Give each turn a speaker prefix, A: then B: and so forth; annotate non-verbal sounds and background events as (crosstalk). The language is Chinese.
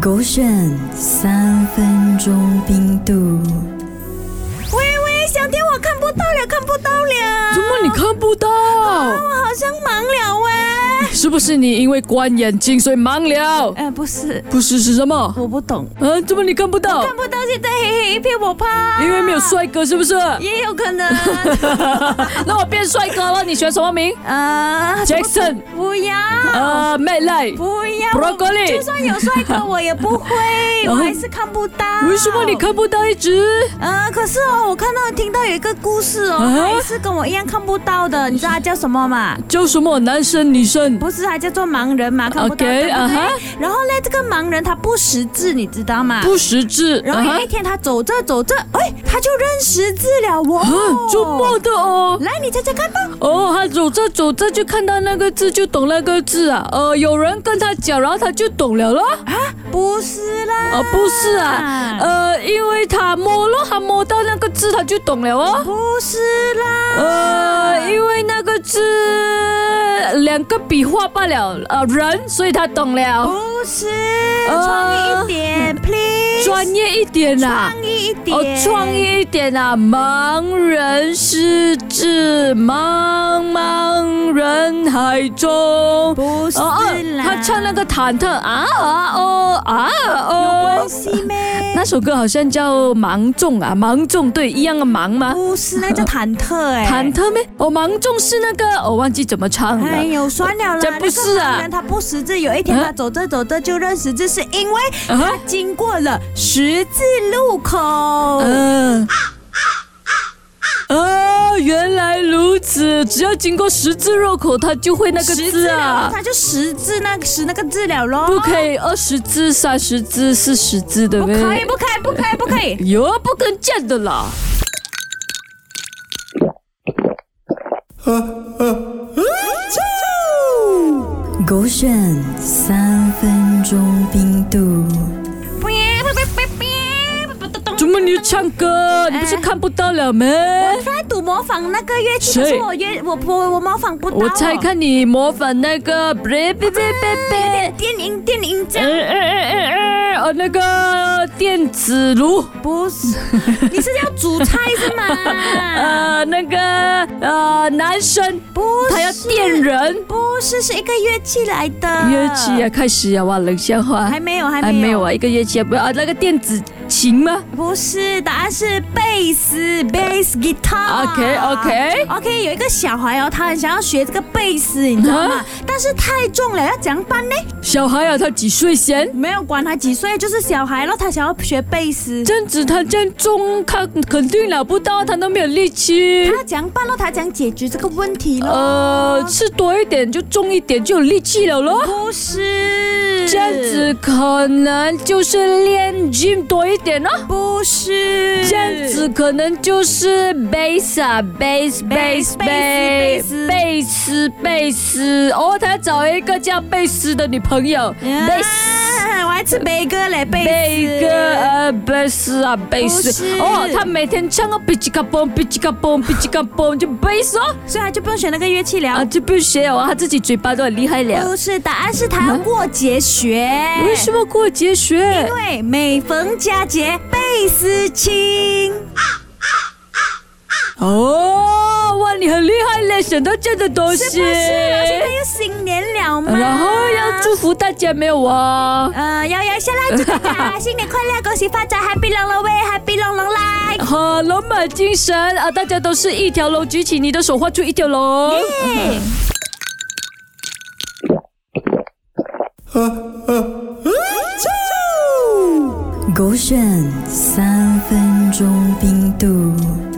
A: 狗选三分钟冰度。喂喂，小天，我看不到了，看不到了，
B: 怎么你看不到？
A: 我好像盲了啊喂。
B: 是不是你因为关眼睛所以盲了？
A: 哎、不是，
B: 呃不是是什么？
A: 我不懂，
B: 啊，怎么你看不到？
A: 看不到，现在黑黑一片，我怕。
B: 因为没有，帅哥是不是？
A: 也有
B: (laughs)
A: 可能。
B: 那我变帅哥了，你选什么名
A: 啊
B: ？Jackson，
A: 不要，
B: 呃，妹赖。
A: 不要
B: Broccoli
A: 我就算有帅哥，我也不
B: (laughs)
A: 会，我还是看不到。
B: 为什么你？看不到一只？
A: 啊，可是哦，我看到听到有一个故事哦，
B: 啊
A: 他也是跟我一样看不到的，你知道他叫什么吗？
B: 叫什么？男生女生？
A: 不是，他叫做盲人嘛，看不到
B: OK，
A: 对不对
B: 啊哈
A: 然后呢，这个盲人他不识字，你知道吗？
B: 不识啊字？
A: 然后有一天他走着走着，哎，他就认识字了哇！
B: 啊，周末的哦。
A: 来，你猜猜看吧。
B: 哦，他走着走着就看到那个字，就懂那个字啊。呃，有人跟他讲，然后他就懂了咯。
A: 不是啦，
B: 哦，不是啊，
A: 嗯
B: 呃，因为他摸了，他摸到那个字，他就懂了哦。
A: 不是啦，
B: 呃，因为那个字两个笔画罢了，呃，人，所以他懂了。
A: 不是，
B: 呃
A: 创意一点，please，
B: 专业一点啦、
A: 创意一点，
B: 哦，创意一点啊！盲人是指茫茫人海中。
A: 不是
B: 哦哦
A: 啦，，
B: 他唱那个忐忑啊啊哦啊哦
A: 关，系咩？
B: 那首歌好像叫《芒种》啊，《芒种》对，一样的盲吗？
A: 不是，那叫忐忑哎、
B: 啊忐。忑咩？哦，芒种是那个，我、忘记怎么唱
A: 哎
B: 了。
A: 呦，算了啦，
B: 嗯这不是啊
A: 那个盲人他不识字，有一天他
B: 啊
A: 走着走着就认识字，是因为
B: 啊
A: 他经过了十字路口。
B: 嗯、哦，原来如此，只要经过十字路口，它就会那个
A: 十
B: 字
A: 字了，
B: 啊。
A: 他就十字那个十那个字了咯。
B: 不可以二十字、三十字、四十字，对不
A: 不
B: 对？
A: 可以，不可以，不可以，不可以。
B: 有不跟见的啦。
A: 狗选三分钟冰度。
B: 怎么你唱歌？你不是
A: 哎
B: 看不到了没？
A: 我在赌模仿那个乐器，可是
B: 谁
A: 我乐我我我模仿不到、啊
B: 我猜。看你模仿那个 b 别别别
A: 电影电影这
B: 别，
A: 样
B: 呃呃呃呃呃，哦那个电子炉，
A: 不是？
B: (laughs)
A: 你是要煮菜是吗？
B: 呃那个呃男生，
A: 不是，
B: 他要电人，
A: 不是，是一个乐器来的。
B: 乐器啊，开始啊，哇冷笑话，
A: 还没有，还没有，
B: 还没有啊，一个乐器啊，不要啊那个电子琴吗？
A: 不是，答案是贝斯，bass guitar。
B: OK，OK
A: OK，有一个小孩哦，他很想要学这个贝斯，你知道吗
B: 啊？
A: 但是太重了，要怎样办呢？
B: 小孩啊，他几岁先？
A: 没有管他几岁，就是小孩咯，他想要学贝斯。
B: 这样子他这样重，他肯定拿不到，他都没有力气。
A: 他讲办咯，他讲解决这个问题咯。
B: 呃，吃多一点就重一点就有力气了咯。
A: 不是
B: 这样子可能就是练 gym 多一点咯。
A: 不是
B: 这样子可能就是 bass 啊，bass bass
A: bass，
B: bass 贝斯贝斯，哦，他要找一个叫贝斯的女朋友，呃贝斯。
A: 啊我还吃贝哥嘞，贝斯
B: 贝哥呃贝斯啊贝
A: 不
B: 斯
A: 是
B: 哦，他每天唱个哔叽嘎嘣哔叽嘎嘣哔叽嘎嘣就贝斯哦
A: 所以他就不用选那个乐器
B: 啊
A: 了。
B: 这不学哦，他自己嘴巴都很厉害了。
A: 不是，答案是他要过节学。
B: 为什么过节学？
A: 对，每逢佳节倍思亲。
B: 哦，哇，你很厉害嘞，想到这样的东
A: 是
B: 西
A: 不。是？而且又新年了嘛，
B: 然后要祝福大家没有啊？
A: 呃，摇摇下啦，祝大家新年快乐，恭喜发财，Happy 龙龙喂，Happy 龙龙来。
B: 好，龙马精神啊！大家都是一条龙，举起你的手，画出一条龙。
A: 耶
C: 狗选三分钟冰度。